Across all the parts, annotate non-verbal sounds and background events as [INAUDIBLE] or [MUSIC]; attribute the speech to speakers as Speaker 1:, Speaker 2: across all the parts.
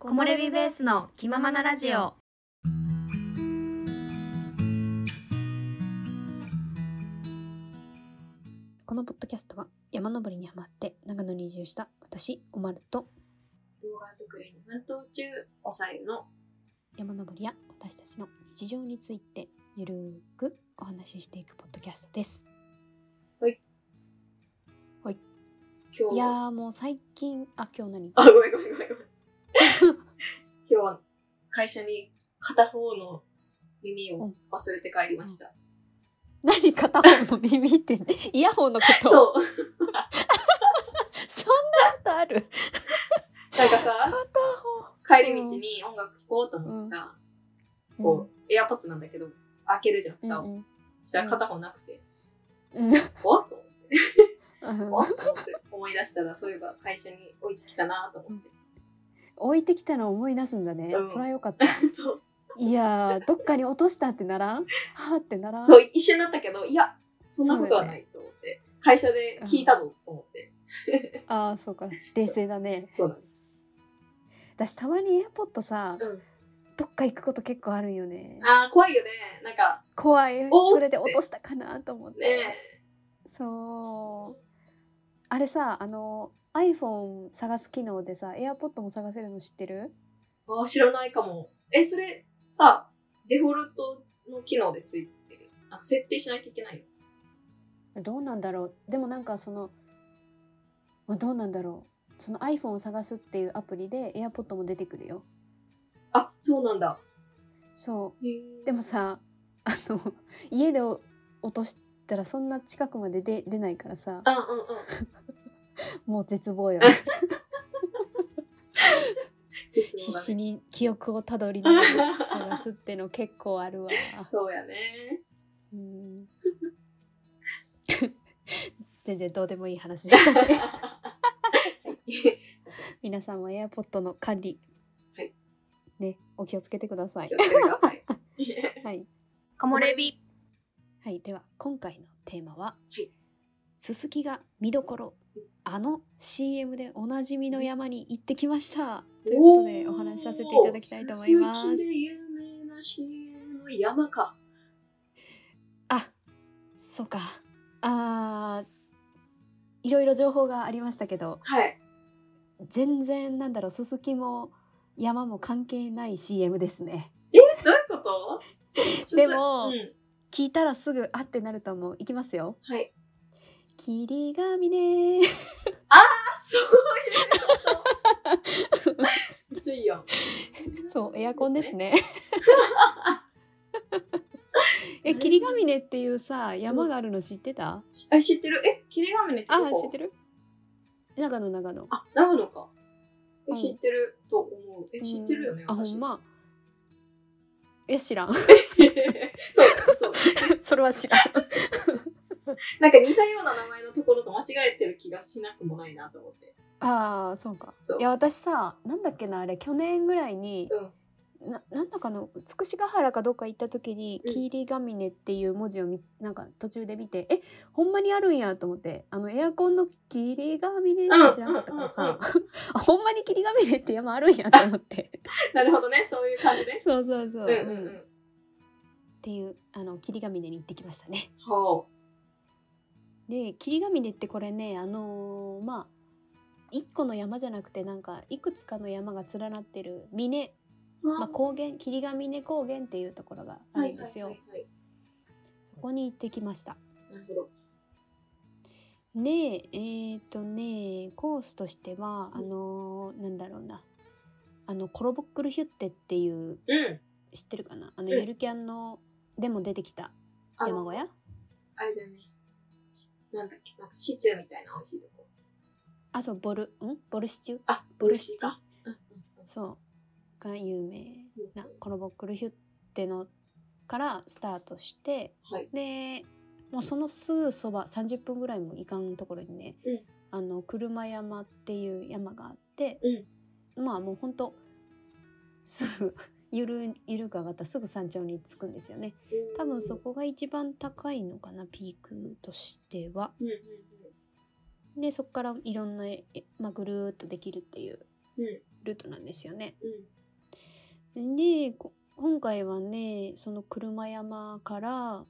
Speaker 1: 木漏れ日ベースの気ままなラジオ
Speaker 2: このポッドキャストは山登りにハマって長野に移住した私おまると
Speaker 3: 動画作りに奮闘中おさゆの
Speaker 2: 山登りや私たちの日常についてゆるーくお話ししていくポッドキャストです
Speaker 3: 今日
Speaker 2: いやーもう最近あ今日何 [LAUGHS]
Speaker 3: あごめんごめん [LAUGHS] ごめんごめん今日は会社に片方の耳を忘れて帰りました、
Speaker 2: 何片方の [LAUGHS] 耳ってイヤホンのことを
Speaker 3: そう
Speaker 2: そんなことある
Speaker 3: なんか
Speaker 2: 片
Speaker 3: さ
Speaker 2: 方
Speaker 3: 帰り道に音楽聴こうと思ってさ、こうエアポッツなんだけど開けるじゃ
Speaker 2: う
Speaker 3: ん
Speaker 2: ん
Speaker 3: 蓋を、そしたら片方なくて、
Speaker 2: うんうん
Speaker 3: おっと
Speaker 2: [LAUGHS] うん
Speaker 3: おっと思って思い出したらそういえば会社に置いてきたなと思って、
Speaker 2: 置いてきたのを思い出すんだね、
Speaker 3: うん
Speaker 2: そりゃよかった
Speaker 3: そう
Speaker 2: いやーどっかに落としたってならんはーってならん
Speaker 3: そう一瞬だったけどいやそんなことはないと思って、会社で聞いたぞと思って、
Speaker 2: ああそうか冷静だね
Speaker 3: そうなんで
Speaker 2: 私たまにエアポッドさ
Speaker 3: す、うん
Speaker 2: どっか行くこと結構あるんよね
Speaker 3: あー怖いよねなんか
Speaker 2: 怖い
Speaker 3: おー
Speaker 2: それで落としたかなと思って、
Speaker 3: ねえ
Speaker 2: そうあれさあの iPhone 探す機能でさ AirPod も探せるの知ってる
Speaker 3: あー知らないかもえそれさデフォルトの機能でついてるなんか設定しないといけないよ
Speaker 2: どうなんだろうでもなんかその、まあ、どうなんだろうその iPhone を探すっていうアプリで AirPod も出てくるよ
Speaker 3: あそうなんだ
Speaker 2: そ
Speaker 3: へ
Speaker 2: うでもさあの家で落としたらそんな近くまで出出ないからさ
Speaker 3: うんうんうん
Speaker 2: もう絶望よ必死に記憶をたどりながら探すっての結構あるわ。
Speaker 3: そうや
Speaker 2: [LAUGHS]
Speaker 3: ね
Speaker 2: うん [LAUGHS] 全然どうでもいい話でした [LAUGHS] ね皆さんも AirPod の管理、
Speaker 3: はい
Speaker 2: ねお気をつけてください
Speaker 3: 気をつけてください
Speaker 2: はい、
Speaker 1: 木漏れ日
Speaker 2: はい、では今回のテーマは、
Speaker 3: い
Speaker 2: すすきが見どころあの CM でおなじみの山に行ってきました [LAUGHS] ということでお話しさせていただきたいと思いま
Speaker 3: おー鈴木
Speaker 2: す
Speaker 3: で有名な CM の山か
Speaker 2: あそうかあーいろいろ情報がありましたけど
Speaker 3: はい
Speaker 2: 全然なんだろうすすきも山も関係ない CM ですね
Speaker 3: どういうことそう
Speaker 2: でも
Speaker 3: うん、
Speaker 2: 聞いたらすぐあってなると思ういきますよ
Speaker 3: はい
Speaker 2: 霧が峰
Speaker 3: あそういうことめっちゃいいやん
Speaker 2: そうエアコンですね [LAUGHS] え霧が峰っていうさ山があるの知ってた
Speaker 3: あ知ってるえ霧ヶ峰って
Speaker 2: あ
Speaker 3: ど
Speaker 2: ー
Speaker 3: こ
Speaker 2: 知ってる長野長野
Speaker 3: あ長野かえ
Speaker 2: うん
Speaker 3: 知ってると思うえ知ってるよね
Speaker 2: うんあほんまえ知らん [LAUGHS]
Speaker 3: [LAUGHS] そうそう
Speaker 2: それは知らん
Speaker 3: なんか似たような名前のところと間違えてる気がしなくもないなと思って
Speaker 2: ああそうか
Speaker 3: そう
Speaker 2: いや私さなんだっけなあれ去年ぐらいに
Speaker 3: うん
Speaker 2: ななんだかの美しが原かどっか行った時に「
Speaker 3: うん
Speaker 2: 霧ヶ峰」っていう文字を見つなんか途中で見てえほんまにあるんやと思ってあのエアコンの「霧ヶ峰」って知らなかったから
Speaker 3: うんうん
Speaker 2: さ [LAUGHS] あほんまに霧ヶ峰って山あるんやと思って
Speaker 3: なるほどね [LAUGHS] そういう感じね
Speaker 2: そうそうそう、
Speaker 3: うんうんう
Speaker 2: うんっ
Speaker 3: ん
Speaker 2: ていうあの霧ヶ峰に行ってきましたね。
Speaker 3: ほ
Speaker 2: で霧ヶ峰ってこれねあのーまあ一個の山じゃなくてなんかいくつかの山が連なってる峰
Speaker 3: う
Speaker 2: まあ、高原霧ヶ峰高原っていうところがあるんですよ、
Speaker 3: はいはいはい
Speaker 2: そこに行ってきました
Speaker 3: はいなるほど
Speaker 2: でえっ、とねコースとしてはあのーなんだろうなあのコロボックルヒュッテっていう
Speaker 3: うん
Speaker 2: 知ってるかなあの
Speaker 3: うん
Speaker 2: ゆるキャンのでも出てきた
Speaker 3: あ
Speaker 2: 山
Speaker 3: の
Speaker 2: 小屋
Speaker 3: あれだよねなんだっけなんかシチューみたいな美味しいとこ
Speaker 2: あそうボルんボルシチュ
Speaker 3: あ
Speaker 2: ボルシチ
Speaker 3: かうんうん
Speaker 2: そうが有名
Speaker 3: うん
Speaker 2: なコロボックルヒュッテのからスタートして
Speaker 3: はい
Speaker 2: でもうそのすぐそば30分ぐらいも行かんところにね、
Speaker 3: うん
Speaker 2: あの車山っていう山があって、まあもうほんとすぐ [LAUGHS] ゆるゆるく上がったらすぐ山頂に着くんですよね多分そこが一番高いのかなピークとしては
Speaker 3: うんうん
Speaker 2: でそこからいろんな、えまあ、ぐるーっとできるっていう
Speaker 3: うんうん
Speaker 2: ルートなんですよね。
Speaker 3: うん
Speaker 2: でこ今回はねその車山から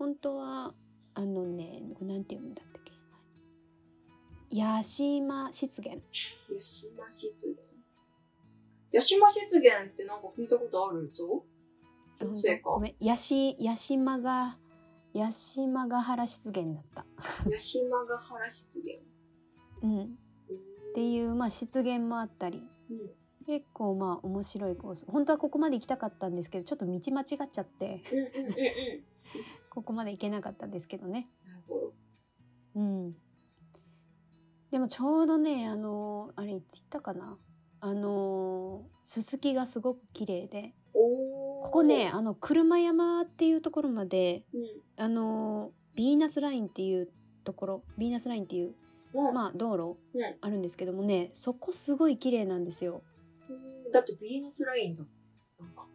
Speaker 2: 本当はあのねこれなんて読むんだったっけ八島湿原
Speaker 3: ヤシマ湿原。ヤシマ湿原ってなんか聞いたことあるぞ。
Speaker 2: あ本当
Speaker 3: そう
Speaker 2: ご
Speaker 3: か。
Speaker 2: めん八し八島が八島ヶ原湿原だった。
Speaker 3: ヤシマガ原湿原。
Speaker 2: うん、っていう、まあ、湿原もあったり
Speaker 3: うん。うん
Speaker 2: 結構まあ面白いコース本当はここまで行きたかったんですけどちょっと道間違っちゃって
Speaker 3: うんうんうん。
Speaker 2: ここまで行けなかったんですけどね。
Speaker 3: なるほど。
Speaker 2: うん、でもちょうどねあのあれいつ行ったかなあのすすきがすごく綺麗で
Speaker 3: おお。
Speaker 2: ここね。あの車山っていうところまで
Speaker 3: うん。
Speaker 2: あのビーナスラインっていうところビーナスラインっていう、
Speaker 3: うん
Speaker 2: まあ、道路
Speaker 3: うん
Speaker 2: あるんですけどもねそこすごい綺麗なんです
Speaker 3: [LAUGHS]
Speaker 2: よ。
Speaker 3: だってビーナスラインだ。なんか。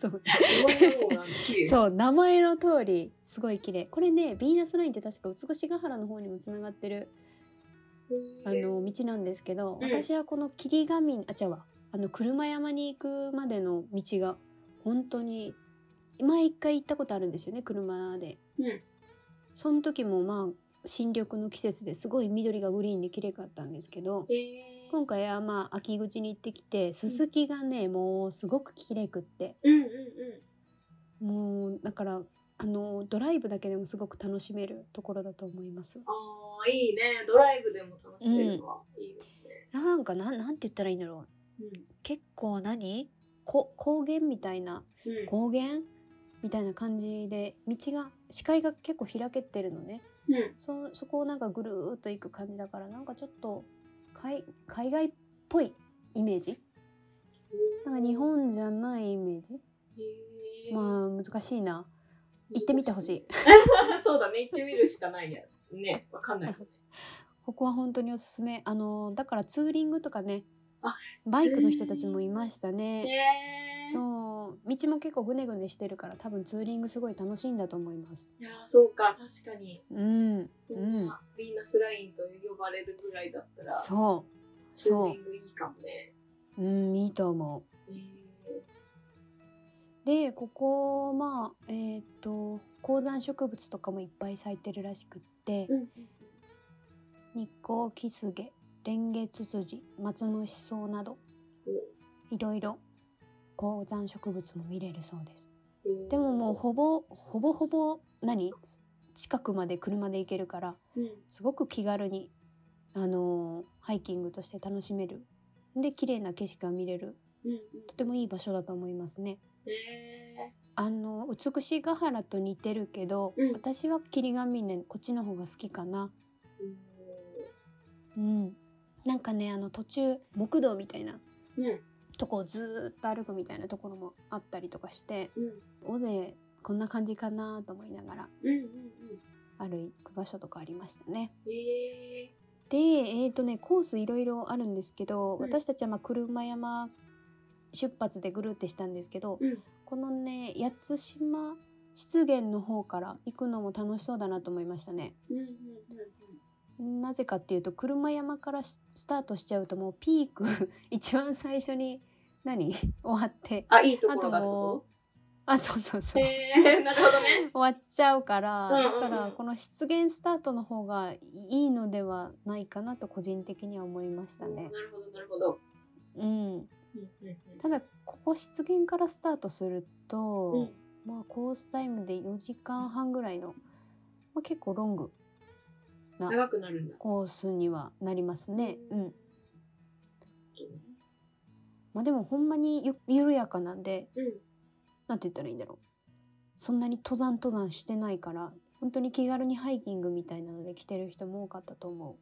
Speaker 2: そう
Speaker 3: お前のようなんだ綺麗。う。
Speaker 2: そう名前の通りすごい綺麗これねビーナスラインって確か美しが原の方にもつながってるあの道なんですけど、
Speaker 3: うん
Speaker 2: 私はこの霧ヶ峰あ違うわあの車山に行くまでの道が本当に毎一回行ったことあるんですよね車で。
Speaker 3: うん
Speaker 2: その時もまあ新緑の季節ですごい緑がグリーンで綺麗かったんですけど
Speaker 3: えー。
Speaker 2: 今回はまあ秋口に行ってきてススキがねもうすごく綺麗くって
Speaker 3: うんうんう
Speaker 2: もうだからあのドライブだけでもすごく楽しめるところだと思います。
Speaker 3: ん。ああいいね。ドライブでも楽しめるのはいいですね。
Speaker 2: なんかなんなんて言ったらいいんだろう
Speaker 3: う。
Speaker 2: 結構何こ高原みたいなん
Speaker 3: うん。
Speaker 2: 高原みたいな感じで道が視界が結構開けてるのね
Speaker 3: うん。
Speaker 2: そそこをなんかぐるーっと行く感じだからなんかちょっと海海外っぽいイメージなんか日本じゃないイメージ
Speaker 3: へー
Speaker 2: まあ難しいな行ってみてほしい。
Speaker 3: [LAUGHS] そうだね、行ってみるしかないや。ね、わかんない。
Speaker 2: ここは本当におすすめあのだからツーリングとかね
Speaker 3: あ
Speaker 2: バイクの人たちもいましたね
Speaker 3: ねえ。
Speaker 2: そう道も結構ぐねぐねしてるから多分ツーリングすごい楽しいんだと思います
Speaker 3: いやー、そうか、確かに。
Speaker 2: うん
Speaker 3: そんな、ヴィーナスラインと呼ばれるぐらいだったら、
Speaker 2: そ
Speaker 3: ツーリングいいかもね。
Speaker 2: ううんいいと思う
Speaker 3: えー
Speaker 2: でここまあえーっと高山植物とかもいっぱい咲いてるらしくって
Speaker 3: うん
Speaker 2: 日光キスゲレンゲツツジマツムシソウなどいろいろ高山植物も見れるそうですでももう、ほぼほぼほぼ何近くまで車で行けるから
Speaker 3: うん
Speaker 2: すごく気軽にあのーハイキングとして楽しめるで綺麗な景色が見れる
Speaker 3: うんうん、
Speaker 2: とてもいい場所だと思いますね。
Speaker 3: え
Speaker 2: あの美しが原と似てるけど、
Speaker 3: うん
Speaker 2: 私は霧ヶ峰こっちの方が好きかな。
Speaker 3: ーうん
Speaker 2: うん、なんかねあの途中木道みたいな
Speaker 3: うん
Speaker 2: とこをずーっと歩くみたいなところもあったりとかして
Speaker 3: うん
Speaker 2: 尾瀬こんな感じかなと思いながら
Speaker 3: うんうん
Speaker 2: 歩く場所とかありましたね。
Speaker 3: うんえ
Speaker 2: でえーとねコースいろいろあるんですけど、
Speaker 3: うん
Speaker 2: 私たちはまあ車山出発でぐるってしたんですけど、
Speaker 3: うん
Speaker 2: このね八島湿原の方から行くのも楽しそうだなと思いましたね。
Speaker 3: ーうんうん
Speaker 2: なぜかっていうと車山からしスタートしちゃうともうピーク [LAUGHS] 一番最初に何 [LAUGHS] 終わって
Speaker 3: あいいところがってこ
Speaker 2: あそうそうそ
Speaker 3: と
Speaker 2: う、
Speaker 3: えー、なるほどね。
Speaker 2: 終わっちゃうから、
Speaker 3: うんうんうん
Speaker 2: だからこの湿原スタートの方がいいのではないかなと個人的には思いました
Speaker 3: な
Speaker 2: ね
Speaker 3: る。ほどなるほど。
Speaker 2: うん、
Speaker 3: うんうんうん
Speaker 2: ただここ湿原からスタートすると、
Speaker 3: う
Speaker 2: まあコースタイムで4時間半ぐらいの、まあ、結構ロング
Speaker 3: ん、長くなるんだ。
Speaker 2: コースにはなりますね。うんまあ、でもほんまにゆ緩やかなんで
Speaker 3: うん
Speaker 2: なんて言ったらいいんだろうそんなに登山登山してないから本当に気軽にハイキングみたいなので来てる人も多かったと思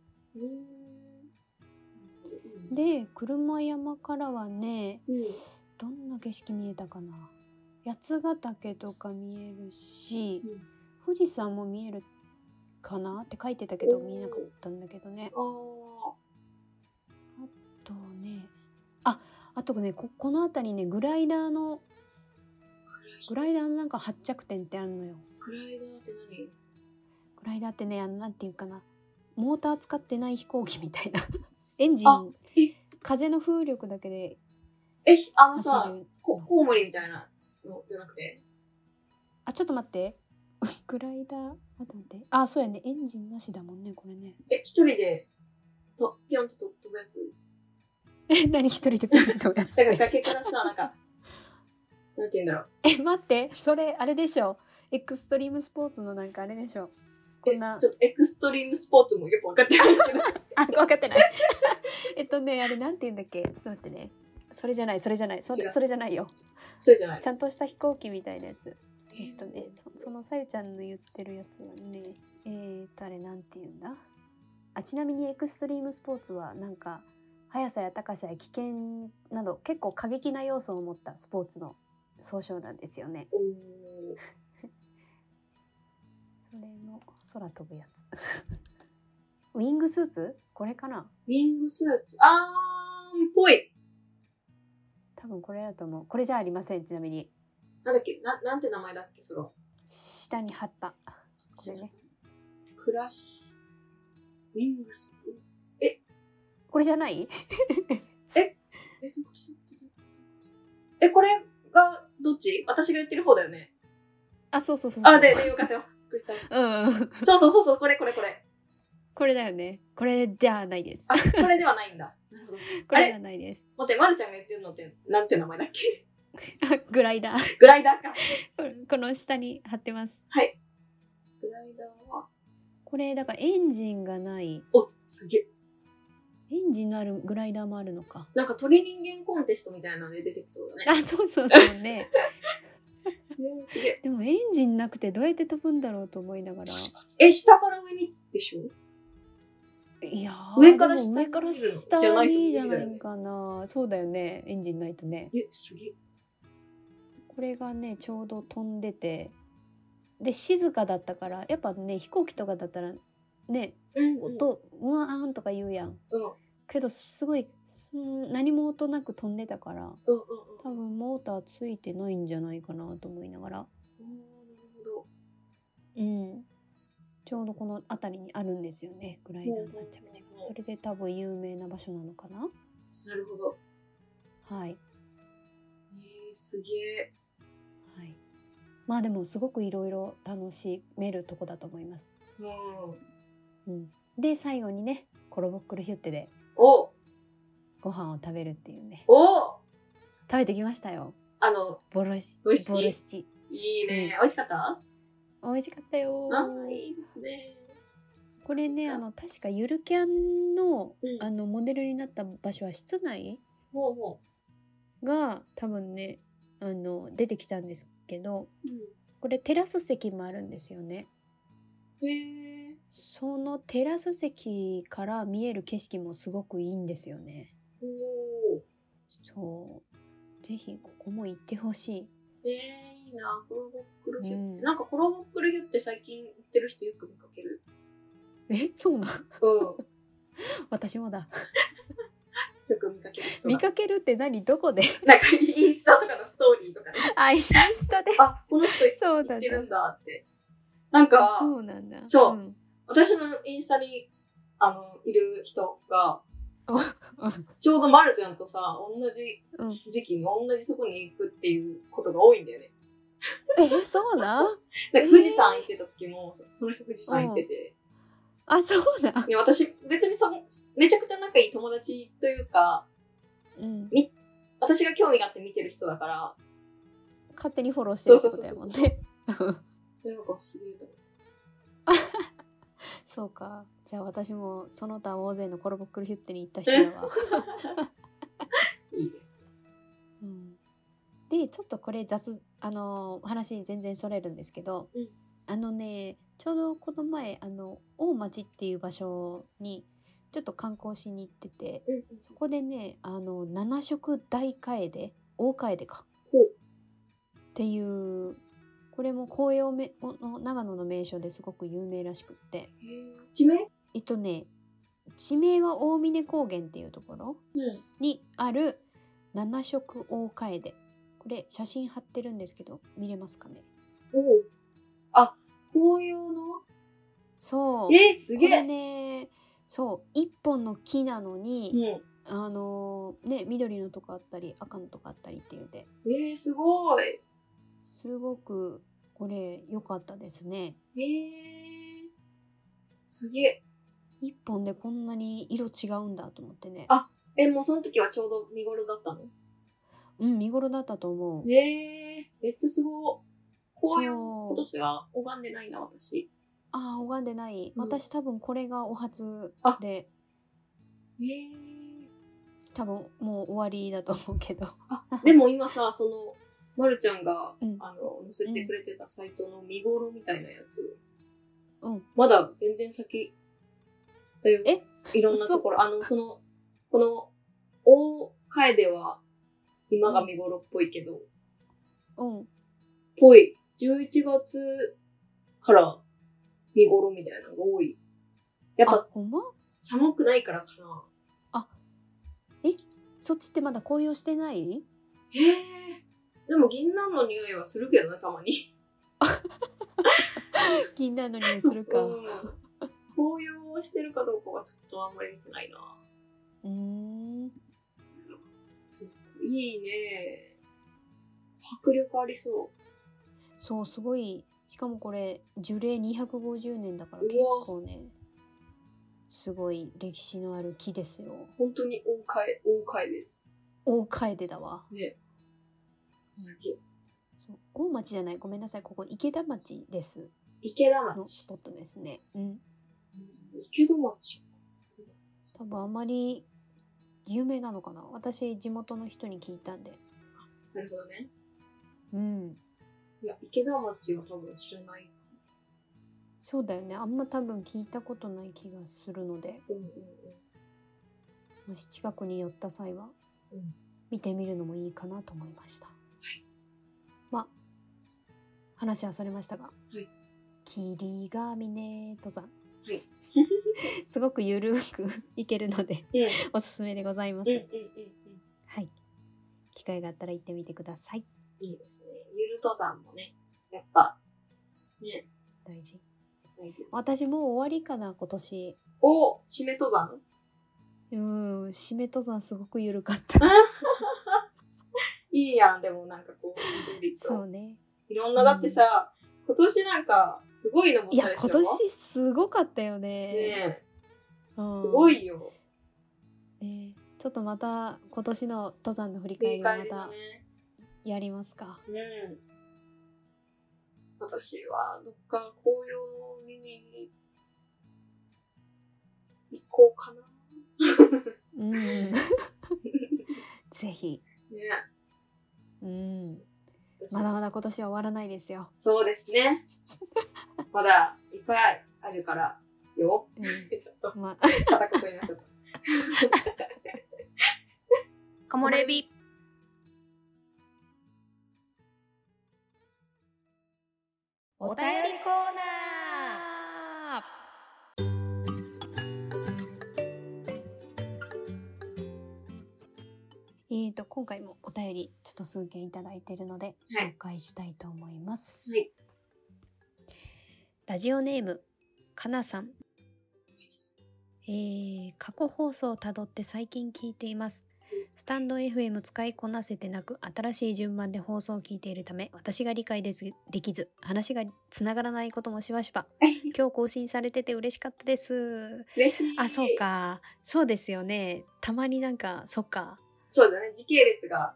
Speaker 2: う。
Speaker 3: で、
Speaker 2: で車山からはね
Speaker 3: うん、
Speaker 2: どんな景色見えたかな八ヶ岳とか見えるし、
Speaker 3: うん
Speaker 2: 富士山も見えるかなって書いてたけど見えなかったんだけどね
Speaker 3: ああ、
Speaker 2: あとねああとねここの辺りねグライダーのグライダーのなんか発着点ってあるのよ
Speaker 3: グライダーって何？
Speaker 2: グライダーって [LAUGHS] ねあのなんていうかなモーター使ってない飛行機みたいなエンジン
Speaker 3: え
Speaker 2: 風の風力だけで
Speaker 3: え、ひあの
Speaker 2: 走
Speaker 3: さ、
Speaker 2: る
Speaker 3: こコウモリみたいなのじゃなくて。
Speaker 2: あちょっと待ってグライダー待って待ってあそうやねエンジンなしだもんねこれね
Speaker 3: え、一人で、と、ぴょんと飛ぶやつ。
Speaker 2: え何一人でピンと [LAUGHS] やって
Speaker 3: だから崖からさ、なん [LAUGHS] か、なんて言うんだろう。
Speaker 2: え待ってそれあれでしょエクストリームスポーツのなんかあれでしょこんな
Speaker 3: えちょっとエクストリームスポーツもよく分かってないけ [LAUGHS] ど。
Speaker 2: あ分かってない [LAUGHS] えっとねあれなんて言うんだっけちょっと待ってねそれじゃないそれじゃないそ
Speaker 3: 違う
Speaker 2: それじゃないよ
Speaker 3: それじゃない
Speaker 2: ち。ゃんとした飛行機みたいなやつえっとねそそのさゆちゃんの言ってるやつはねえー、っとあれなんて言うんだあちなみにエクストリームスポーツはなんか速さや高さや危険など結構過激な要素を持ったスポーツの総称なんですよね
Speaker 3: おー
Speaker 2: それの空飛ぶやつ [LAUGHS] ウィングスーツこれかな
Speaker 3: ウィングスーツ。あーん、ぽい。
Speaker 2: 多分これだと思うこれじゃありませんちなみに
Speaker 3: なんだっけな、なんて名前だっけその、
Speaker 2: 下に貼ったこれね
Speaker 3: クラッシュ。ウィングス。
Speaker 2: これじゃない
Speaker 3: え、どっちえ、これがどっち私が言ってる方だよね。
Speaker 2: あそうそうそうそう
Speaker 3: あ、で、でよかったよ。びっくりした
Speaker 2: うんうん
Speaker 3: そうそうそうそう、これこれこれ。
Speaker 2: これだよねこれじゃないです
Speaker 3: あ、これではないんだ。なるほど。
Speaker 2: これじゃないです
Speaker 3: 待って、まるちゃんが言ってるのって、なんて名前だっけ [LAUGHS]
Speaker 2: あ [LAUGHS] グライダー
Speaker 3: グライダーか。
Speaker 2: これこの下に貼ってます
Speaker 3: はい。グライダーは、
Speaker 2: これだからエンジンがない
Speaker 3: お、すげえ。
Speaker 2: エンジンのあるグライダーもあるのか
Speaker 3: なんか鳥人間コンテストみたいなので出てきそうだね。
Speaker 2: あそうそうそうね
Speaker 3: ねすげえ。
Speaker 2: [LAUGHS] でもエンジンなくてどうやって飛ぶんだろうと思いながら
Speaker 3: 確え、下から上にでしょ
Speaker 2: いやー
Speaker 3: 上から下
Speaker 2: でも
Speaker 3: に
Speaker 2: 上から下
Speaker 3: じゃないと
Speaker 2: に
Speaker 3: 無理
Speaker 2: じ
Speaker 3: だ
Speaker 2: ゃ
Speaker 3: よ
Speaker 2: な
Speaker 3: ね
Speaker 2: いかなそうだよねエンジンないとね
Speaker 3: え、すげえ。
Speaker 2: これがねちょうど飛んでてで静かだったからやっぱね飛行機とかだったらね
Speaker 3: うんうん。
Speaker 2: 音うわーんとか言うやん
Speaker 3: うんうん
Speaker 2: けどすごいすん何も音なく飛んでたから
Speaker 3: うん。
Speaker 2: 多分モーターついてないんじゃないかなと思いながら
Speaker 3: おーなるほど
Speaker 2: うんちょうどこの辺りにあるんですよねグライダーのあちゃくちゃ
Speaker 3: うんうんうんうん
Speaker 2: それで多分有名な場所なのかな
Speaker 3: なるほど。
Speaker 2: はい
Speaker 3: えー、すげえ。
Speaker 2: はいまあでもすごくいろいろ楽しめるとこだと思います
Speaker 3: うん。
Speaker 2: うん、で最後にねコロボックルヒュッテで
Speaker 3: お
Speaker 2: ご飯を食べるっていうね
Speaker 3: お
Speaker 2: 食べてきましたよ
Speaker 3: あの、
Speaker 2: ボロシ
Speaker 3: ボルシチ
Speaker 2: ボルシチ
Speaker 3: いいね。美味しかった
Speaker 2: 美味しかったよ
Speaker 3: あ、いいですね。
Speaker 2: これねあの確かゆるキャンの,、
Speaker 3: うん
Speaker 2: あのモデルになった場所は室内
Speaker 3: もうも
Speaker 2: が多分ねあの出てきたんですけど
Speaker 3: う。うん
Speaker 2: これテラス席もあるんですよね
Speaker 3: へえ
Speaker 2: そのテラス席から見える景色もすごくいいんですよね
Speaker 3: おお。
Speaker 2: そうぜひここも行ってほしい
Speaker 3: ええいいな。コロボックルヒュッ
Speaker 2: うん
Speaker 3: て。なんかコロボックルヒュッて最近売ってる人よく見かける。
Speaker 2: えそうなん
Speaker 3: うん。
Speaker 2: [LAUGHS] 私もだ
Speaker 3: よく見かける人が。
Speaker 2: 見かけるって何ど
Speaker 3: [LAUGHS]
Speaker 2: こで
Speaker 3: なんかインスタとかのストーリーと
Speaker 2: [LAUGHS]
Speaker 3: かで、
Speaker 2: あインスタで
Speaker 3: あ、この人行
Speaker 2: そうな
Speaker 3: っ
Speaker 2: ん
Speaker 3: て
Speaker 2: だ
Speaker 3: るんだって。なんか、
Speaker 2: そうなんだ
Speaker 3: そうん私のインスタに、あの、いる人が
Speaker 2: お、
Speaker 3: ちょうどまるちゃんとさ、同じ
Speaker 2: うん
Speaker 3: 時期に同じとこに行くっていうことが多いんだよね。
Speaker 2: えそうなん
Speaker 3: なん
Speaker 2: えー
Speaker 3: か富士山行ってた時も、そその人富士山行ってて、
Speaker 2: あそうなん
Speaker 3: で私、別にその、めちゃくちゃ仲いい友達というか、
Speaker 2: うん
Speaker 3: 私が興味があって見てる人だから、
Speaker 2: 勝手にフォローしてるってことやもん
Speaker 3: そうそう
Speaker 2: ね
Speaker 3: なんかすげえと思って。
Speaker 2: そうかじゃあ私もその他大勢のコロボックルヒュッテに行った人だわ、
Speaker 3: いいです。
Speaker 2: うん、でちょっとこれ雑あのー話全然それるんですけど、
Speaker 3: うん
Speaker 2: あのねちょうどこの前あの大町っていう場所にちょっと観光しに行ってて、
Speaker 3: うんうん
Speaker 2: そこでね、あの7色大楓、大楓か。
Speaker 3: ほう
Speaker 2: っていう、これも紅葉めの長野の名所ですごく有名らしくって。
Speaker 3: 地名
Speaker 2: えっとね、地名は大峰高原っていうところ
Speaker 3: うん
Speaker 2: にある七色大楓。これ写真貼ってるんですけど、見れますかね
Speaker 3: おうあ、紅葉の
Speaker 2: そう。
Speaker 3: えー、す
Speaker 2: こ
Speaker 3: げ
Speaker 2: れ
Speaker 3: え、
Speaker 2: ね、そう、一本の木なのに、
Speaker 3: うん。
Speaker 2: あのーね緑のとこあったり赤のとこあったりっていうので
Speaker 3: えー、すごい。
Speaker 2: すごくこれ良かったですね。
Speaker 3: えー、すげえ。
Speaker 2: 一本でこんなに色違うんだと思ってね。
Speaker 3: あえ、もうその時はちょうど見頃だったの
Speaker 2: うん見頃だったと思う。
Speaker 3: えー、めっちゃすごい。紅葉、
Speaker 2: そう
Speaker 3: 今年は拝んでないな、私。
Speaker 2: ああ拝んでない。
Speaker 3: うん
Speaker 2: 私多分これがお初
Speaker 3: あ
Speaker 2: で
Speaker 3: えー、
Speaker 2: 多分もう終わりだと思うけど。
Speaker 3: あ、でも今さ、その、まるちゃんが、
Speaker 2: うん
Speaker 3: あの、載せてくれてたサイトの見頃みたいなやつ。
Speaker 2: うん
Speaker 3: まだ全然先だよ。
Speaker 2: え
Speaker 3: いろんなところ。あの、その、この、大楓は今が見頃っぽいけど、
Speaker 2: うん
Speaker 3: ぽい。11月から見頃みたいなのが多い。やっぱ
Speaker 2: あほんま
Speaker 3: 寒くないからかな。
Speaker 2: そっちってまだ紅葉して [LAUGHS] ない
Speaker 3: へえ。でも銀杏の匂いはするけどね、たまに。
Speaker 2: 銀杏の匂いする [LAUGHS] か。
Speaker 3: うん紅葉してるかどうかはちょっとあんまり見てないな。
Speaker 2: うーん
Speaker 3: そういいね。迫力ありそ
Speaker 2: そうすごいしかもこれ樹齢250年だから
Speaker 3: うわ
Speaker 2: 結構ねすごい歴史のある木ですよ
Speaker 3: う。本当に大楓、大楓。
Speaker 2: 大楓だわ
Speaker 3: ね。すげえ。
Speaker 2: そう大町じゃないごめんなさいここ池田町です
Speaker 3: 池田
Speaker 2: のス
Speaker 3: 町。
Speaker 2: ポットですねうん
Speaker 3: うん池田町。
Speaker 2: 多分あまり有名なのかな私地元の人に聞いたんで
Speaker 3: なるほどね。
Speaker 2: うん
Speaker 3: いや、池田町は多分知らない。
Speaker 2: そうだよねあんま多分聞いたことない気がするので
Speaker 3: うんうんうん。
Speaker 2: もし近くに寄った際は
Speaker 3: うん
Speaker 2: 見てみるのもいいかなと思いました。まあ話はそれましたが、
Speaker 3: い
Speaker 2: 霧ヶ峰登山、[LAUGHS]
Speaker 3: い
Speaker 2: すごくゆるく行けるので [LAUGHS]
Speaker 3: うん
Speaker 2: おすすめでございます。
Speaker 3: うんうんうんうん。
Speaker 2: はい、機会があったら行ってみてください。
Speaker 3: いいですね。ゆる登山もね、やっぱ、ね、
Speaker 2: 大事。
Speaker 3: 大事です。
Speaker 2: 私もう終わりかな今年。
Speaker 3: お締め登山
Speaker 2: うーん締め登山すごくゆるかった。
Speaker 3: いいやん、でもなんかこう、ゆるり [LAUGHS]
Speaker 2: そう
Speaker 3: と。
Speaker 2: ね。
Speaker 3: いろんな、だってさ、今年なんか、すごいのも
Speaker 2: いや今年すごかったよね。
Speaker 3: ねえ、
Speaker 2: うん
Speaker 3: すごいよ。
Speaker 2: ねちょっとまた今年の登山の振り
Speaker 3: 振
Speaker 2: 返
Speaker 3: り
Speaker 2: りを
Speaker 3: 返
Speaker 2: ま
Speaker 3: りだ
Speaker 2: た
Speaker 3: ね。
Speaker 2: やりますか。
Speaker 3: うん。私は、どっか紅葉を見に行こうかな。 [LAUGHS]
Speaker 2: うん、ぜひ、
Speaker 3: ね
Speaker 2: うん、
Speaker 3: 私
Speaker 2: まだまだ今年は終わらないですよ。
Speaker 3: そうですね。
Speaker 2: [LAUGHS]
Speaker 3: まだいっぱいあるからよ。
Speaker 2: う
Speaker 3: ちょっと
Speaker 2: ん、
Speaker 3: [LAUGHS]
Speaker 2: ま
Speaker 3: 片言になっ
Speaker 2: [LAUGHS]
Speaker 3: ちゃった。
Speaker 1: 木漏れ日。お便りコーナー。
Speaker 2: えー、と今回もお便りちょっと数件いただいているので
Speaker 3: はい
Speaker 2: 紹介したいと思います。
Speaker 3: はい
Speaker 2: ラジオネームかなさん、えー過去放送をたどって最近聞いています。スタンド FM 使いこなせてなく新しい順番で放送を聞いているため私が理解ですできず話がつながらないこともしばしば今日更新されてて嬉しかったです。
Speaker 3: 嬉しい。
Speaker 2: あそう。かそうですよねたまになんかそっか
Speaker 3: そうだね。時系列が。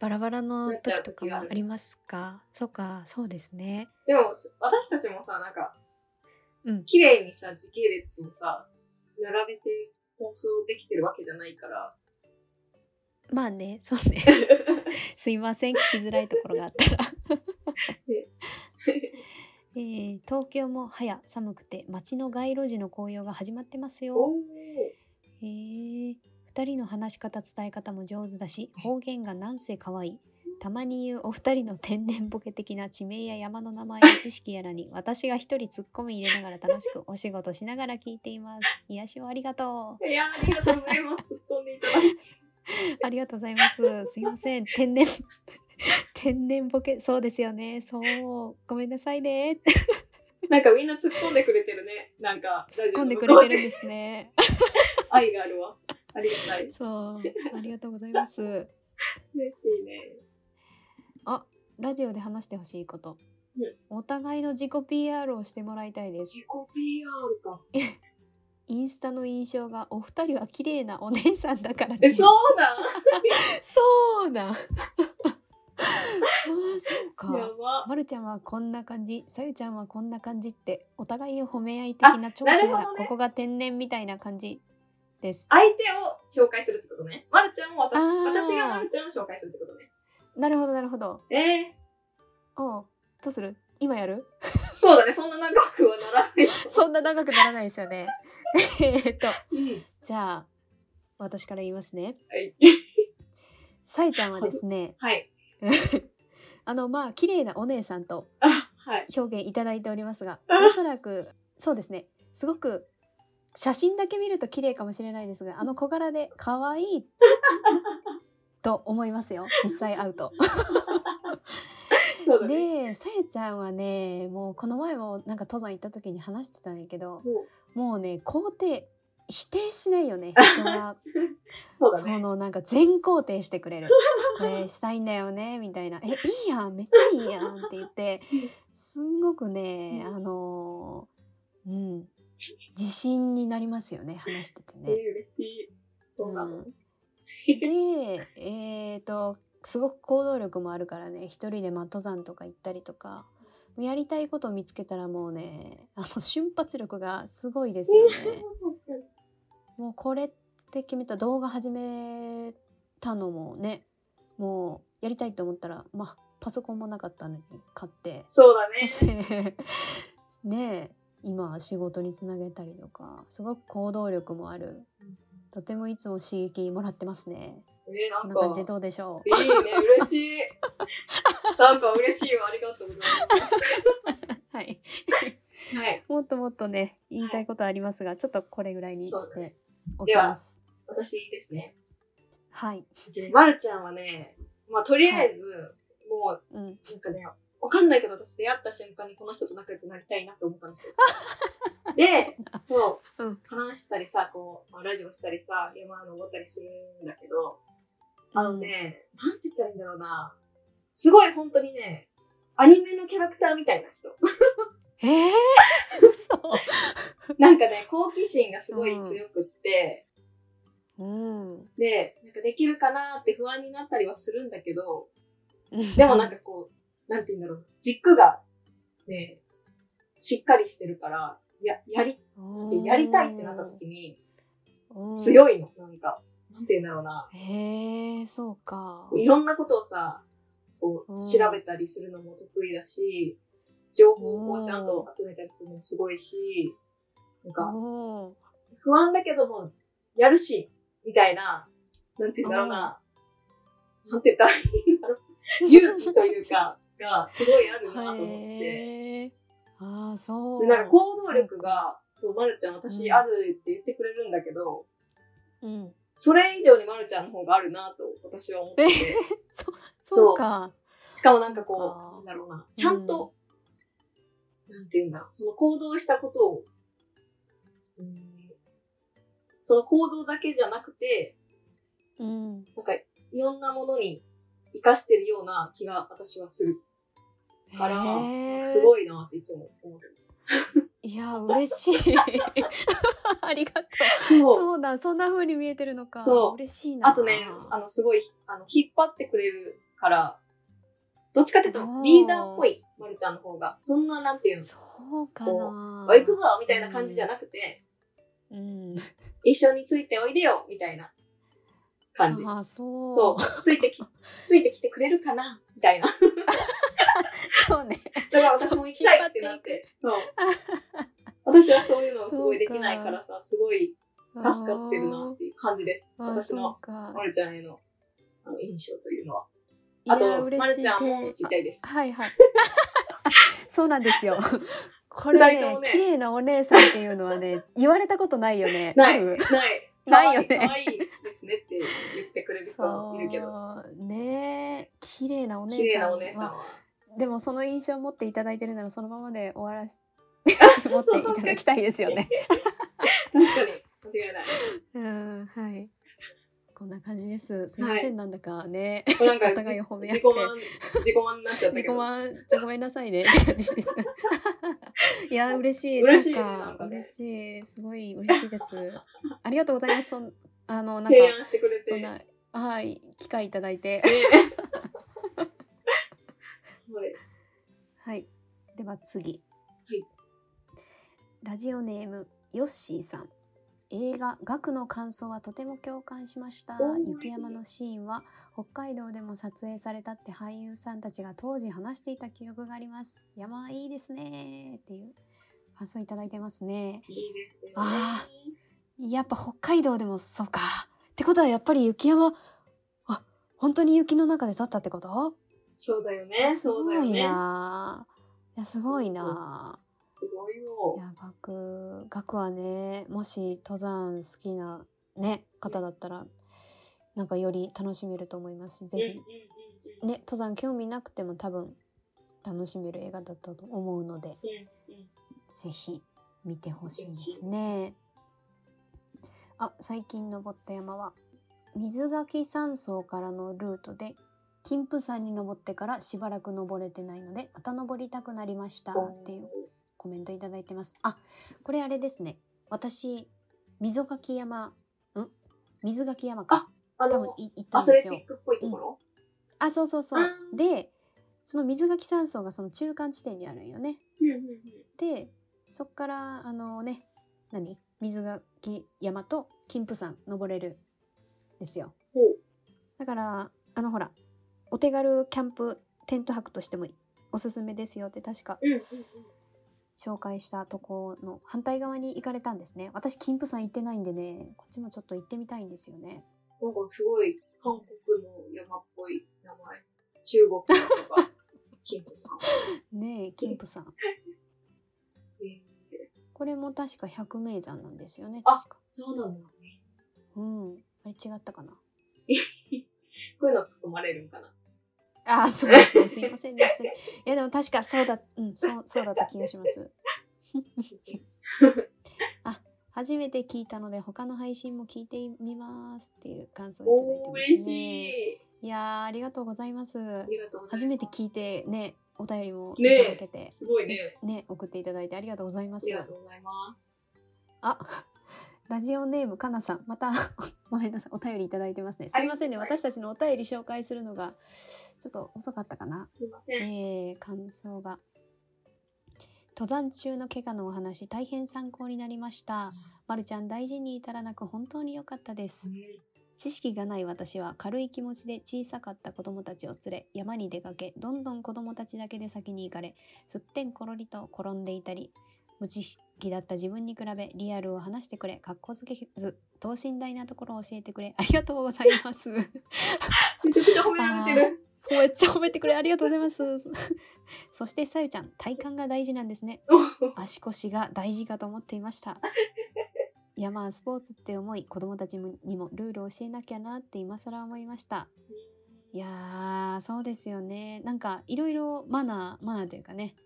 Speaker 2: バラバラの
Speaker 3: なっちゃう
Speaker 2: 時とかも
Speaker 3: 時があ
Speaker 2: あ
Speaker 3: る
Speaker 2: りますかそっかそうですね
Speaker 3: でも私たちもさ、なんか、
Speaker 2: うん
Speaker 3: 綺麗にさ、時系列をさ、並べて放送できてるわけじゃないから。
Speaker 2: まあねそうねすいません聞きづらいところがあったら、 [LAUGHS] えー東京も早寒くて街の街路樹の紅葉が始まってます
Speaker 3: お
Speaker 2: よ
Speaker 3: お。
Speaker 2: へえー、2人の話し方伝え方も上手だし方言がなんせ可愛いたまに言うお二人の天然ボケ的な地名や山の名前や知識やらに私が一人ツッコミ入れながら楽しくお仕事しながら聞いています癒しをありがと
Speaker 3: いや、ありがとうございます。突っ込んでいただいて。 [LAUGHS]
Speaker 2: うありがとうございますすいません天然 [LAUGHS] 天然ボケそうですよねそうごめんなさいね
Speaker 3: なんかみんな突っ込んでくれてるね。なんか、
Speaker 2: 突っ込んで
Speaker 3: ラ
Speaker 2: く
Speaker 3: ジオの向こ
Speaker 2: れ
Speaker 3: う
Speaker 2: て
Speaker 3: で
Speaker 2: るんですね
Speaker 3: 愛があるわ。ありがたい。
Speaker 2: そうありがとうございます
Speaker 3: 嬉しいね。
Speaker 2: ラジオで話してほしいこと、
Speaker 3: うん
Speaker 2: お互いの自己 PR をしてもらいたいです
Speaker 3: 自己 PR か。
Speaker 2: インスタの印象がお二人は綺麗なお姉さんだから
Speaker 3: え、
Speaker 2: です
Speaker 3: そうなん
Speaker 2: そうだ [LAUGHS] あーそうか
Speaker 3: やば。
Speaker 2: まるちゃんはこんな感じ、さゆちゃんはこんな感じって、お互いを褒め合い的な長
Speaker 3: な
Speaker 2: 所
Speaker 3: るほ
Speaker 2: や、
Speaker 3: どね
Speaker 2: ここが天然みたいな感じです。
Speaker 3: 相手を紹介するってことね。まるちゃんも私、
Speaker 2: あー
Speaker 3: 私がまるちゃんを紹介するってことね。
Speaker 2: なるほど、なるほど。
Speaker 3: え
Speaker 2: おう、どうする今やる
Speaker 3: ー、そうだね。そんな長くはならない。
Speaker 2: そんな長くならないですよね。えっと、
Speaker 3: うん。
Speaker 2: じゃあ、私から言いますね。
Speaker 3: はい。
Speaker 2: さゆちゃんはですね、
Speaker 3: はい。
Speaker 2: あの、まあ、綺麗なお姉さんと
Speaker 3: あ、はい。
Speaker 2: 表現いただいておりますが、
Speaker 3: あ
Speaker 2: おそらく、そうですね、すごく、写真だけ見ると綺麗かもしれない
Speaker 3: [LAUGHS]
Speaker 2: ですが、あの小柄で可愛いと思いますよ実際会うと。
Speaker 3: そうだね。
Speaker 2: でさやちゃんはねもうこの前もなんか登山行った時に話してたんやけど
Speaker 3: もう
Speaker 2: もうね肯定否定しないよね人が
Speaker 3: そうだね。
Speaker 2: のなんか全肯定してく
Speaker 3: [LAUGHS]
Speaker 2: れるこれしたいんだよねみたいな「えいいやんめっちゃいいやん」って言って
Speaker 3: うん
Speaker 2: すんごくね
Speaker 3: うん
Speaker 2: あのーうん自信になりますよね話してて
Speaker 3: え
Speaker 2: ね。
Speaker 3: ー、嬉しい。そうなの。
Speaker 2: うんでえっとすごく行動力もあるからね一人でまあ登山とか行ったりとかやりたいことを見つけたらもうねあの瞬発力がすごいですよね。もうこれって決めた動画始めたのもねもうやりたいと思ったらまあパソコンもなかったのに買って [LAUGHS]
Speaker 3: そうだね。
Speaker 2: ねえ今仕事につなげたりとかすごく行動力もあるとてもいつも刺激もらってますね。
Speaker 3: えー、な
Speaker 2: こん
Speaker 3: ん
Speaker 2: な感じで
Speaker 3: か。
Speaker 2: どうでしょう
Speaker 3: いいね、嬉しい。なんか嬉しいわ、ありがとうござい
Speaker 2: はい、
Speaker 3: ます。はい、
Speaker 2: もっともっとね言いたいことありますが、ちょっとこれぐらいに
Speaker 3: そう
Speaker 2: し
Speaker 3: だ
Speaker 2: ておきます。
Speaker 3: 私ですね。
Speaker 2: はい、
Speaker 3: まるちゃんはね、まあ、とりあえず、もう、
Speaker 2: うん、
Speaker 3: なんかね、わかんないけど、私出会った瞬間にこの人と仲良くなりたいなって思ったんですよ。で、そう、
Speaker 2: うん
Speaker 3: 話したりさ、こう、まあラジオしたりさ、山登ったりするんだけど、あのね、なんて言ったらいいんだろうな。すごい本当にね、アニメのキャラクターみたいな人。
Speaker 2: ええー、 [LAUGHS] 嘘。
Speaker 3: なんかね、好奇心がすごい強くって、
Speaker 2: うん。
Speaker 3: で、なんかできるかなって不安になったりはするんだけど、でもなんかこう、なんて言うんだろう、軸がね、しっかりしてるから、や、やり、なんていうやりたいってなった時に、強
Speaker 2: い。
Speaker 3: いの、なんか。なんて言うんだろうな。
Speaker 2: へえー、そうか
Speaker 3: こう。いろんなことをさ、こ
Speaker 2: うん
Speaker 3: う、調べたりするのも得意だし、情報をちゃんと集めたりするのもすごいし、なんか、
Speaker 2: おー
Speaker 3: 不安だけども、やるし、みたいな、なんて言うんだろうな、なんて言ったらいいん [LAUGHS] だろう、勇気というか、がすごいあるなと思って、
Speaker 2: へえ。ああ、そう。
Speaker 3: でなんか行動力が、そう、まるちゃん
Speaker 2: う
Speaker 3: 私
Speaker 2: ん
Speaker 3: あるって言ってくれるんだけど、
Speaker 2: そうか。うん。
Speaker 3: それ以上にまるちゃんの方があるなと私は思ってて、
Speaker 2: そそ
Speaker 3: そう
Speaker 2: うか。
Speaker 3: しかもなんか
Speaker 2: そう
Speaker 3: こ
Speaker 2: か
Speaker 3: う、なんだろうな、ちゃんと、なんて言うんだろう、その行動したことを、うんその行動だけじゃなくて、
Speaker 2: うん。
Speaker 3: なんかいろんなものに生かしてるような気が私はするから、
Speaker 2: へー
Speaker 3: すごいなっていつも思って
Speaker 2: いや、嬉しい。 [LAUGHS] ありがとう。
Speaker 3: る。そう
Speaker 2: そうだ、そんな風に見えてるのか。
Speaker 3: そう
Speaker 2: 嬉しいな。
Speaker 3: あとね、あのすごいあの引っ張ってくれるから、どっちかっていうと
Speaker 2: あー
Speaker 3: リーダーっぽい、まるちゃんの方が。そんななんていうの、
Speaker 2: そうかな。
Speaker 3: おい行くぞみたいな感じじゃなくて、
Speaker 2: うん。
Speaker 3: 一緒についておいでよみたいな感じ。
Speaker 2: ああ、そう。
Speaker 3: そう、ついて [LAUGHS] き、ついてきてくれるかなみたいな。
Speaker 2: そうね。
Speaker 3: だから私も行きたいってなって。そう。 [LAUGHS] 私はそういうのをすごいできないからさ、すごい助かってるなっていう感じです。
Speaker 2: あー。あー
Speaker 3: 私
Speaker 2: そう
Speaker 3: の
Speaker 2: か
Speaker 3: まるちゃんへのあの印象というのは。
Speaker 2: いや
Speaker 3: あと、
Speaker 2: 嬉しい
Speaker 3: まるちゃんもちっちゃいです。
Speaker 2: はい
Speaker 3: [LAUGHS]
Speaker 2: はい。そうなんですよ。 [LAUGHS] これ
Speaker 3: 二人と
Speaker 2: ね
Speaker 3: もね
Speaker 2: 綺麗なお姉さんっていうのはね、言われたことないよね。
Speaker 3: な
Speaker 2: あ
Speaker 3: い、な
Speaker 2: る、
Speaker 3: い可愛
Speaker 2: ないよね
Speaker 3: 可愛いですねって言ってくれる人
Speaker 2: そ
Speaker 3: も
Speaker 2: う
Speaker 3: いるけど、
Speaker 2: ねえ綺麗なお姉さん
Speaker 3: 綺麗なお姉さん
Speaker 2: ま
Speaker 3: は。
Speaker 2: あでもその印象を持っていただいてるならそのままで終わらせ
Speaker 3: [LAUGHS]
Speaker 2: 持っていただきたいですよね。
Speaker 3: 確かに、間違いない。
Speaker 2: うんはい。こんな感じです。すいません、なんだかね。
Speaker 3: これなんか
Speaker 2: お
Speaker 3: じ
Speaker 2: 互いを褒め合っ
Speaker 3: 自
Speaker 2: て
Speaker 3: 己満、自己満になっちゃった
Speaker 2: 自
Speaker 3: け
Speaker 2: 己
Speaker 3: ど。
Speaker 2: 満、じゃごめんなさい
Speaker 3: [LAUGHS]
Speaker 2: ね。って感じですいや、嬉しい。
Speaker 3: 嬉しいね
Speaker 2: そっか
Speaker 3: なんかね
Speaker 2: 嬉しい。すごい嬉しい
Speaker 3: [LAUGHS]
Speaker 2: です。ありがとうございます。そんあの、なんか
Speaker 3: 提、案してくれて。
Speaker 2: そんな、はい、機会いただいて。
Speaker 3: ね [LAUGHS] はい
Speaker 2: はい。では次。
Speaker 3: はい
Speaker 2: ラジオネーム、ヨッシーさん。映画「学の感想はとても共感しました
Speaker 3: おー
Speaker 2: 雪山のシーンは北海道でも撮影されたって俳優さんたちが当時話していた記憶があります山はいいですねーっていう感想いただいてますね
Speaker 3: いいですよね。
Speaker 2: あやっぱ北海道でもそうかってことはやっぱり雪山あ本当に雪の中で撮ったってこと
Speaker 3: そうだよね。
Speaker 2: す
Speaker 3: そう
Speaker 2: ご
Speaker 3: だよ
Speaker 2: い
Speaker 3: ね。
Speaker 2: なーいやすごいなー
Speaker 3: すごい
Speaker 2: い
Speaker 3: よ。
Speaker 2: や学学はねもし登山好きな、ね、方だったらなんかより楽しめると思いますし
Speaker 3: う
Speaker 2: ぜ
Speaker 3: んう
Speaker 2: ひ、
Speaker 3: んうんうん。
Speaker 2: ね、登山興味なくても多分楽しめる映画だったと思うので
Speaker 3: うんうん。
Speaker 2: ぜひ見てほしいで
Speaker 3: 見てほしいですす
Speaker 2: ね。あ最近登った山は水垣山荘からのルートで金峰山に登ってからしばらく登れてないのでまた登りたくなりましたっていうコメントいただいてます。あ、これあれですね。私、溝垣山、ん水垣山か。
Speaker 3: あ
Speaker 2: 多分
Speaker 3: の、
Speaker 2: い行った
Speaker 3: ア
Speaker 2: んで
Speaker 3: スレ
Speaker 2: す
Speaker 3: テ
Speaker 2: よ
Speaker 3: ィッ。クっぽいところ
Speaker 2: あ、そうそうそう
Speaker 3: あ。ー
Speaker 2: で、その水垣山荘がその中間地点にあるんよね。
Speaker 3: うんうんうん。
Speaker 2: で、そっから、あのね、何水垣山と金峰山登れるんですよ。
Speaker 3: ほう。
Speaker 2: だから、あのほら、お手軽キャンプテント泊としてもおすすめですよって確か
Speaker 3: うんうんうん。
Speaker 2: 紹介したとこの反対側に行かれたんですね私金峰山行ってないんでねこっちもちょっと行ってみたいんですよね
Speaker 3: なんかすごい韓国の山っぽい名前。中国のとか、キングさん。
Speaker 2: ねえ金峰山
Speaker 3: えー、
Speaker 2: これも確か百名山なんですよね
Speaker 3: あ
Speaker 2: 確か
Speaker 3: そうなんだね。
Speaker 2: うんあれ違ったかな
Speaker 3: こういうの突っ込まれるんかな。 [LAUGHS]
Speaker 2: あーそうですねすいませんでしたいやでも確かそうだうんそうそうだった気がします初めて聞いたので他の配信も聞いてみますっていう感想をいた
Speaker 3: おー、
Speaker 2: だいてま
Speaker 3: 嬉
Speaker 2: すね
Speaker 3: しい。
Speaker 2: いやーありがとうございます
Speaker 3: ありがとうございます。
Speaker 2: 初めて聞いてねお便りもい
Speaker 3: ねえ
Speaker 2: ただけて、
Speaker 3: すごいね。
Speaker 2: ね、送っていただいてありがとうございま
Speaker 3: あ
Speaker 2: す
Speaker 3: り。がとうございま
Speaker 2: あ、 [LAUGHS] ラジオネームかなさん、また [LAUGHS] ごめんなさい、お便りいただいてますね。すいませんね、
Speaker 3: はいはい
Speaker 2: 私たちのお便り紹介するのがちょっと遅かったかな。
Speaker 3: す。すいません。
Speaker 2: えー、感想が。登山中の怪我のお話、大変参考になりました。まるちゃん、大事に至らなく本当に良かったです。知識がない私は軽い気持ちで小さかった子供たちを連れ山に出かけどんどん子供たちだけで先に行かれすってんころりと転んでいたり無知識だった自分に比べリアルを話してくれかっこつけず等身大なところを教えてくれありがとうございます
Speaker 3: めちゃくちゃ褒められてる。
Speaker 2: めっちゃ褒めてくれありがとうございますそしてさゆちゃん体幹が大事なん
Speaker 3: [LAUGHS]
Speaker 2: ですね足腰が大事かと思っていました。山はスポーツって思い子供たちにもルールを教えなきゃなって今更思いましたいやーそうですよねなんかいろいろマナーマナーというかね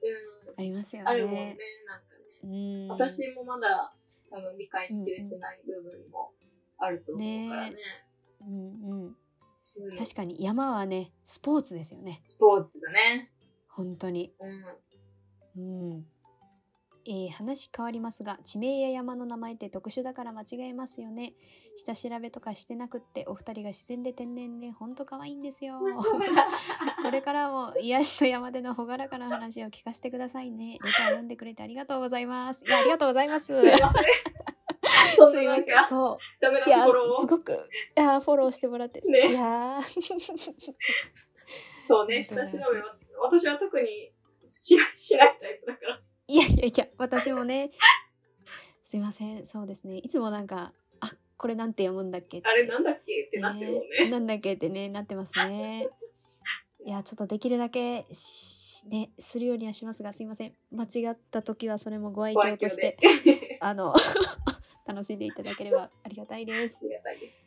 Speaker 3: う
Speaker 2: ありますよ
Speaker 3: ん。あるもん
Speaker 2: ね、
Speaker 3: ねなんかね。
Speaker 2: うん
Speaker 3: 私もまだ多分理解しきれてない部分もあると思うからね。
Speaker 2: うんうん
Speaker 3: そういうの
Speaker 2: 確かに山はねスポーツですよね
Speaker 3: スポーツだね。
Speaker 2: 本当に [LAUGHS]
Speaker 3: うん。は
Speaker 2: うんえー話変わりますが地名や山の名前って特殊だから間違えますよね下調べとかしてなくってお二人が自然で天然でほんと可愛いんです
Speaker 3: [LAUGHS]
Speaker 2: よこれからも癒しと山での朗らかな話を聞かせてくださいね。レター読んでくれてありがとうございます。いやありがとうござい [LAUGHS] ます。
Speaker 3: すいませ [LAUGHS] ん。そんななんか
Speaker 2: そ
Speaker 3: ダメな
Speaker 2: う。いや
Speaker 3: ところ
Speaker 2: す
Speaker 3: を。
Speaker 2: ごくいやフォローしてもらって。
Speaker 3: ね
Speaker 2: いやー [LAUGHS]
Speaker 3: そうね、
Speaker 2: あ
Speaker 3: 下
Speaker 2: りが
Speaker 3: 調
Speaker 2: と
Speaker 3: べ
Speaker 2: うござい
Speaker 3: は。私は特にししないタイプだから。
Speaker 2: いやいやいや私もね。すいませんそうですね。いつもなんかあこれなんて読むんだっけって
Speaker 3: あれなんだっけってなってるもんね。
Speaker 2: なんだっけってねなってますね。いやちょっとできるだけしねするようにはしますがすいません間違った時はそれもご愛
Speaker 3: ご愛
Speaker 2: 嬌と
Speaker 3: 嬌
Speaker 2: して
Speaker 3: で。あ
Speaker 2: [LAUGHS] あの楽しんでいただければありがたいです。
Speaker 3: りがたいです。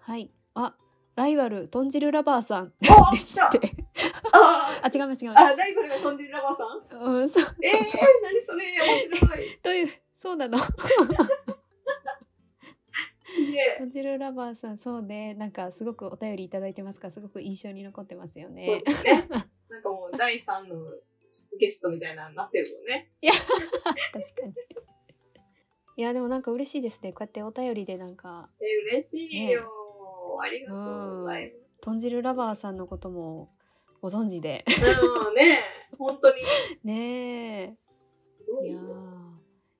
Speaker 2: はい。あ、ライバル豚汁ラバーさん
Speaker 3: あ
Speaker 2: [LAUGHS] で
Speaker 3: 来
Speaker 2: す
Speaker 3: た
Speaker 2: って。
Speaker 3: あ
Speaker 2: あ、違います違います。
Speaker 3: あ、ライバルが飛んでるラバーさん。
Speaker 2: うん、そうそう
Speaker 3: え
Speaker 2: そう。
Speaker 3: ー、何それ面白い。
Speaker 2: というそうなの。
Speaker 3: で。
Speaker 2: 豚汁ラバーさんそうでなんかすごくお便りいただいてますからすごく印象に残ってますよ
Speaker 3: そう
Speaker 2: ね。
Speaker 3: ですね。なんかもう第3のゲストみたいなのになってるもんね。
Speaker 2: 確かに。いやでもなんか嬉しいですねこうやってお便りでなんか
Speaker 3: え嬉しいよ、ありがとうござい
Speaker 2: 豚汁ラバーさんのこともご存知
Speaker 3: [LAUGHS]
Speaker 2: で
Speaker 3: ます。うん、ね本当に。
Speaker 2: ねえ。
Speaker 3: すご
Speaker 2: い
Speaker 3: い
Speaker 2: やー
Speaker 3: よ
Speaker 2: い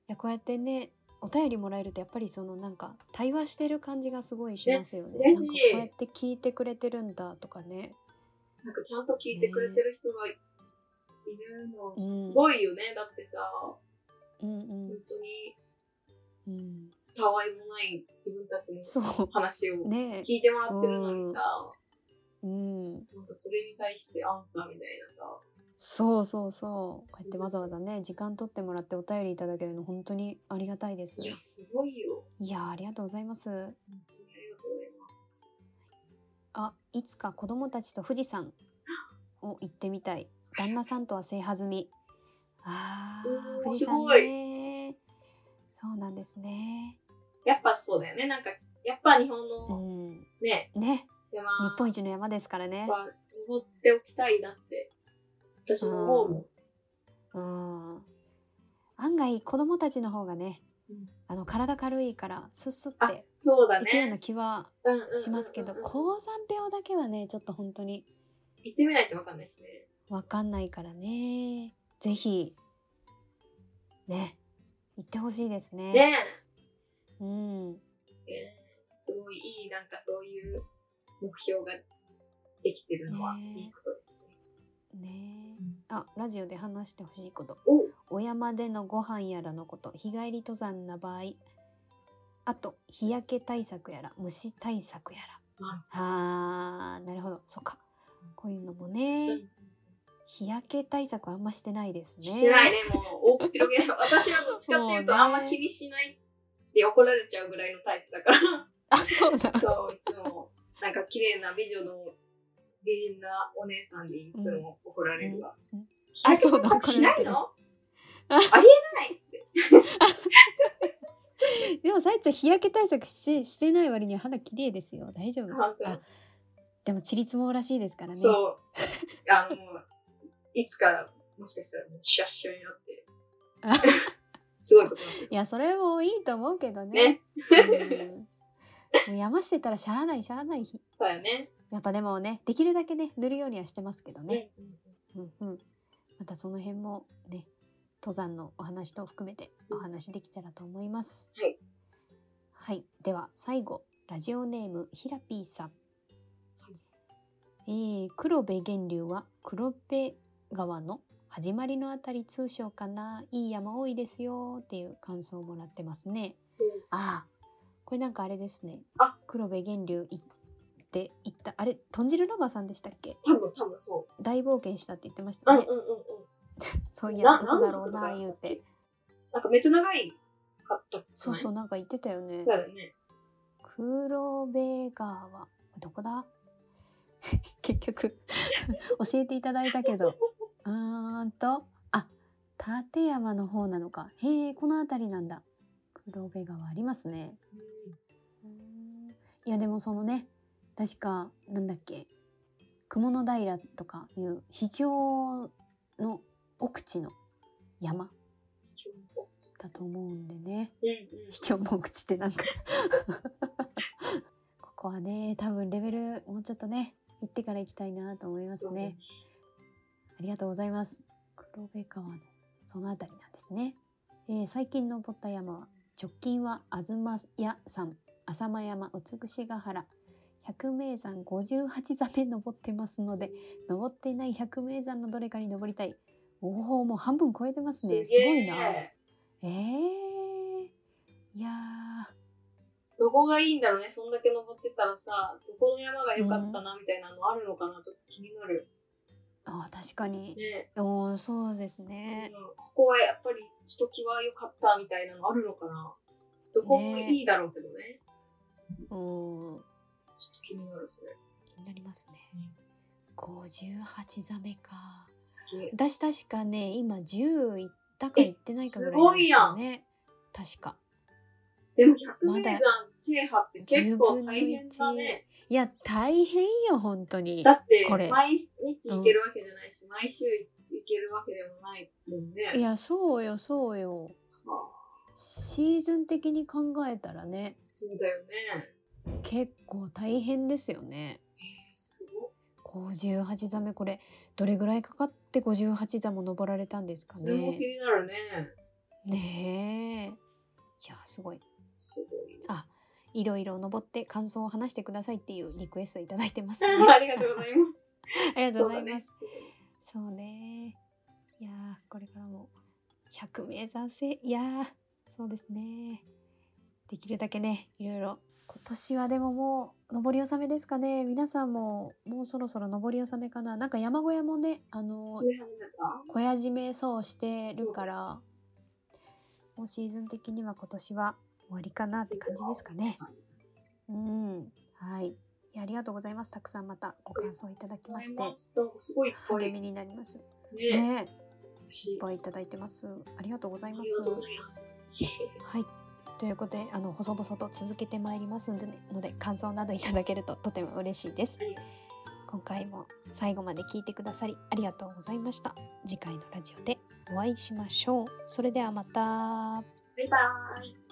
Speaker 2: やこうやってねお便りもらえるとやっぱりそのなんか対話してる感じがすごいしますよね。
Speaker 3: ね嬉
Speaker 2: なんか
Speaker 3: しい
Speaker 2: こうやって聞いてくれてるんだとかね。
Speaker 3: なんかちゃんと聞いてくれてる人がいるの、すごいよね。だってさ、
Speaker 2: うん
Speaker 3: 本
Speaker 2: う
Speaker 3: 当
Speaker 2: ん
Speaker 3: に
Speaker 2: うん。
Speaker 3: たわいもない自分たちの
Speaker 2: そ
Speaker 3: 話
Speaker 2: う
Speaker 3: を
Speaker 2: ね
Speaker 3: 聞いてもらってるのにさ、
Speaker 2: うん。
Speaker 3: なんかそれに対してアンサーみたいなさ、
Speaker 2: そうそうそう。こうや
Speaker 3: す
Speaker 2: っ
Speaker 3: ご
Speaker 2: て
Speaker 3: い
Speaker 2: わざわざね時間取ってもらってお便りいただけるの本当にありがたいです。
Speaker 3: いや、すごいよ。
Speaker 2: いやーありがとうございます。
Speaker 3: 本当にありがとうございます。
Speaker 2: あいつか子供たちと富士山を行ってみたい旦那さんとは制覇済みあー
Speaker 3: おー
Speaker 2: 富士山ねそうなんですね
Speaker 3: やっぱそうだよね。なんか、やっぱ日本
Speaker 2: う
Speaker 3: の
Speaker 2: ん
Speaker 3: ね、
Speaker 2: ね
Speaker 3: 山
Speaker 2: 日本一の山ですからね
Speaker 3: は登っておきたいなって、私も思うもん。
Speaker 2: うん案外子供たちの方がね
Speaker 3: うん
Speaker 2: あの体軽いからスッスっ
Speaker 3: あ
Speaker 2: て
Speaker 3: そうだ
Speaker 2: 行くような
Speaker 3: ね。
Speaker 2: 気は
Speaker 3: うんうんうんうん
Speaker 2: しますけど高山病だけはねちょっと本当に
Speaker 3: 行ってみないとわかんないしね。
Speaker 2: わかんないからねぜひね行ってほしいですね
Speaker 3: ね
Speaker 2: うん
Speaker 3: ええーすごいいい、なんかそういう目標ができてるのは
Speaker 2: ねえ
Speaker 3: いいことですね。
Speaker 2: ねえ
Speaker 3: うん
Speaker 2: あラジオで話してほしいこと
Speaker 3: お
Speaker 2: お山でのご飯やらのこと日帰り登山な場合あと日焼け対策やら虫対策やらあーなるほどそっかこういうのもね日焼け対策あんましてないですね
Speaker 3: してないね、もう大っぴろげな。私はどっちかっていうと、
Speaker 2: そうね
Speaker 3: あんま気にしないで怒られちゃうぐらいのタイプだから、
Speaker 2: あ [LAUGHS] そうだ
Speaker 3: そう、いつも、なんか綺麗な美女の美人なお姉さんにいつも怒られるわ。
Speaker 2: うんうん
Speaker 3: 日焼け
Speaker 2: あそうだ
Speaker 3: 対策しないのありえないって。
Speaker 2: でもさえちゃん日焼け対策してしてない割には肌綺麗ですよ大丈夫
Speaker 3: 本当
Speaker 2: あでもチリツモらしいですからね
Speaker 3: そう。あの、もういつか、もしかしたらもうシャッシャになって
Speaker 2: あ、 [LAUGHS]
Speaker 3: すごいことになってる
Speaker 2: いやそれもいいと思うけどね
Speaker 3: ね。
Speaker 2: うん、もう山してたらしゃあないしゃあない日
Speaker 3: そうやね。
Speaker 2: やっぱでもねできるだけね塗るようにはしてますけどね、
Speaker 3: うんうん
Speaker 2: うんうん、またその辺もね登山のお話と含めてお話できたらと思います
Speaker 3: はい、
Speaker 2: はい、では最後ラジオネームひらぴーさん、えー黒部源流は黒部川の始まりのあたり通称かないい山多いですよっていう感想をもらってますね、
Speaker 3: うん
Speaker 2: ああこれなんかあれですね
Speaker 3: あ
Speaker 2: 黒部源流行って行ったあれ豚汁ラバーさんでしたっけ
Speaker 3: 多分、多分そ
Speaker 2: 大冒険したって言ってまし
Speaker 3: う。
Speaker 2: たね、
Speaker 3: うんうんうん
Speaker 2: そうい
Speaker 3: な
Speaker 2: やどこだろう
Speaker 3: なん
Speaker 2: な
Speaker 3: の
Speaker 2: 言うて。
Speaker 3: なんかめっちゃ長いかったくない
Speaker 2: そうそうなんか言ってたよね
Speaker 3: そうだね。
Speaker 2: 黒部川どこだ [LAUGHS] 結局 [LAUGHS] 教えていただいたけ [LAUGHS] どうーんとあ立山の方なのかへえこの辺りなんだ黒部川ありますねうーんいやでもそのね確かなんだっけ雲の平とかいう秘境の奥地の山だと思うんでね
Speaker 3: うんうん
Speaker 2: 卑怯の口ってなんか [LAUGHS] ここはね多分レベルもうちょっとね行ってから行きたいなと思います
Speaker 3: そうね
Speaker 2: ねありがとうございます黒部川のそのあたりなんですね、えー最近のぼった山は直近は東屋山浅間山美しが原百名山58座目登ってますので登っていない百名山のどれかに登りたいおおもう半分超えてますねす
Speaker 3: げ
Speaker 2: ごいな
Speaker 3: え
Speaker 2: えー、いやー
Speaker 3: どこがいいんだろうね、そんだけ登ってたらさ、どこの山が良かったなみたいなのあるのかな、ちょっと気になる。
Speaker 2: あー確かに。
Speaker 3: ね、
Speaker 2: おーそうですね。
Speaker 3: うんここはやっぱりひときわ良かったみたいなのあるのかな。どこもいいだろうけどね。
Speaker 2: うん
Speaker 3: ちょっと気になる、それ。
Speaker 2: 気になりますね。58座目か。
Speaker 3: すげえ。
Speaker 2: 私確かね今10いったかいってないかぐらいなんですよね。確か。
Speaker 3: でも百名山制覇って結構大変だね。
Speaker 2: いや大変よ本当に
Speaker 3: だって
Speaker 2: これ
Speaker 3: 毎日行けるわけじゃないし、毎週行けるわけでもないもんね。
Speaker 2: いやそうよそうよ
Speaker 3: はあ
Speaker 2: シーズン的に考えたらね
Speaker 3: そうだよね。
Speaker 2: 結構大変ですよね
Speaker 3: えーすごい。
Speaker 2: 58座目これどれぐらいかかって58座も登られたんですか
Speaker 3: それも気
Speaker 2: ね
Speaker 3: になるね。
Speaker 2: ねえいやすごい
Speaker 3: すごいね。
Speaker 2: あいろいろ登って感想を話してくださいっていうリクエストいただいて [LAUGHS] ます、ね、
Speaker 3: [LAUGHS] ありがとうございます。
Speaker 2: ありがとうございます
Speaker 3: そう
Speaker 2: そう
Speaker 3: だね
Speaker 2: ね。いやー、これからも100名山制、いやー、そうですね。できるだけね、いろいろ。今年はでももう、登り納めですかね。皆さんも、もうそろそろ登り納めかな。なんか山小屋もね、あのー
Speaker 3: そういう話だった
Speaker 2: 小屋締めそうしてるから、もうシーズン的には今年は終わりかなって感じですかね。うん。はい。いやありがとうございます。たくさんまたご感想いただきまして、
Speaker 3: なんかすごいいっぱ
Speaker 2: 励
Speaker 3: い
Speaker 2: みになります。
Speaker 3: ね。
Speaker 2: ねえ。いっ
Speaker 3: し
Speaker 2: ぱいいただいてます。ありがとうござ
Speaker 3: あ
Speaker 2: い
Speaker 3: り
Speaker 2: ま
Speaker 3: が
Speaker 2: す。
Speaker 3: とうございます。
Speaker 2: はい。ということで、あの細々と続けてまいりますので、ので感想などいただけるととても嬉しいです
Speaker 3: はい。
Speaker 2: 今回も最後まで聞いてくださりありがとうございました。次回のラジオでお会いしましょう。それではまた。
Speaker 3: バイバーイ。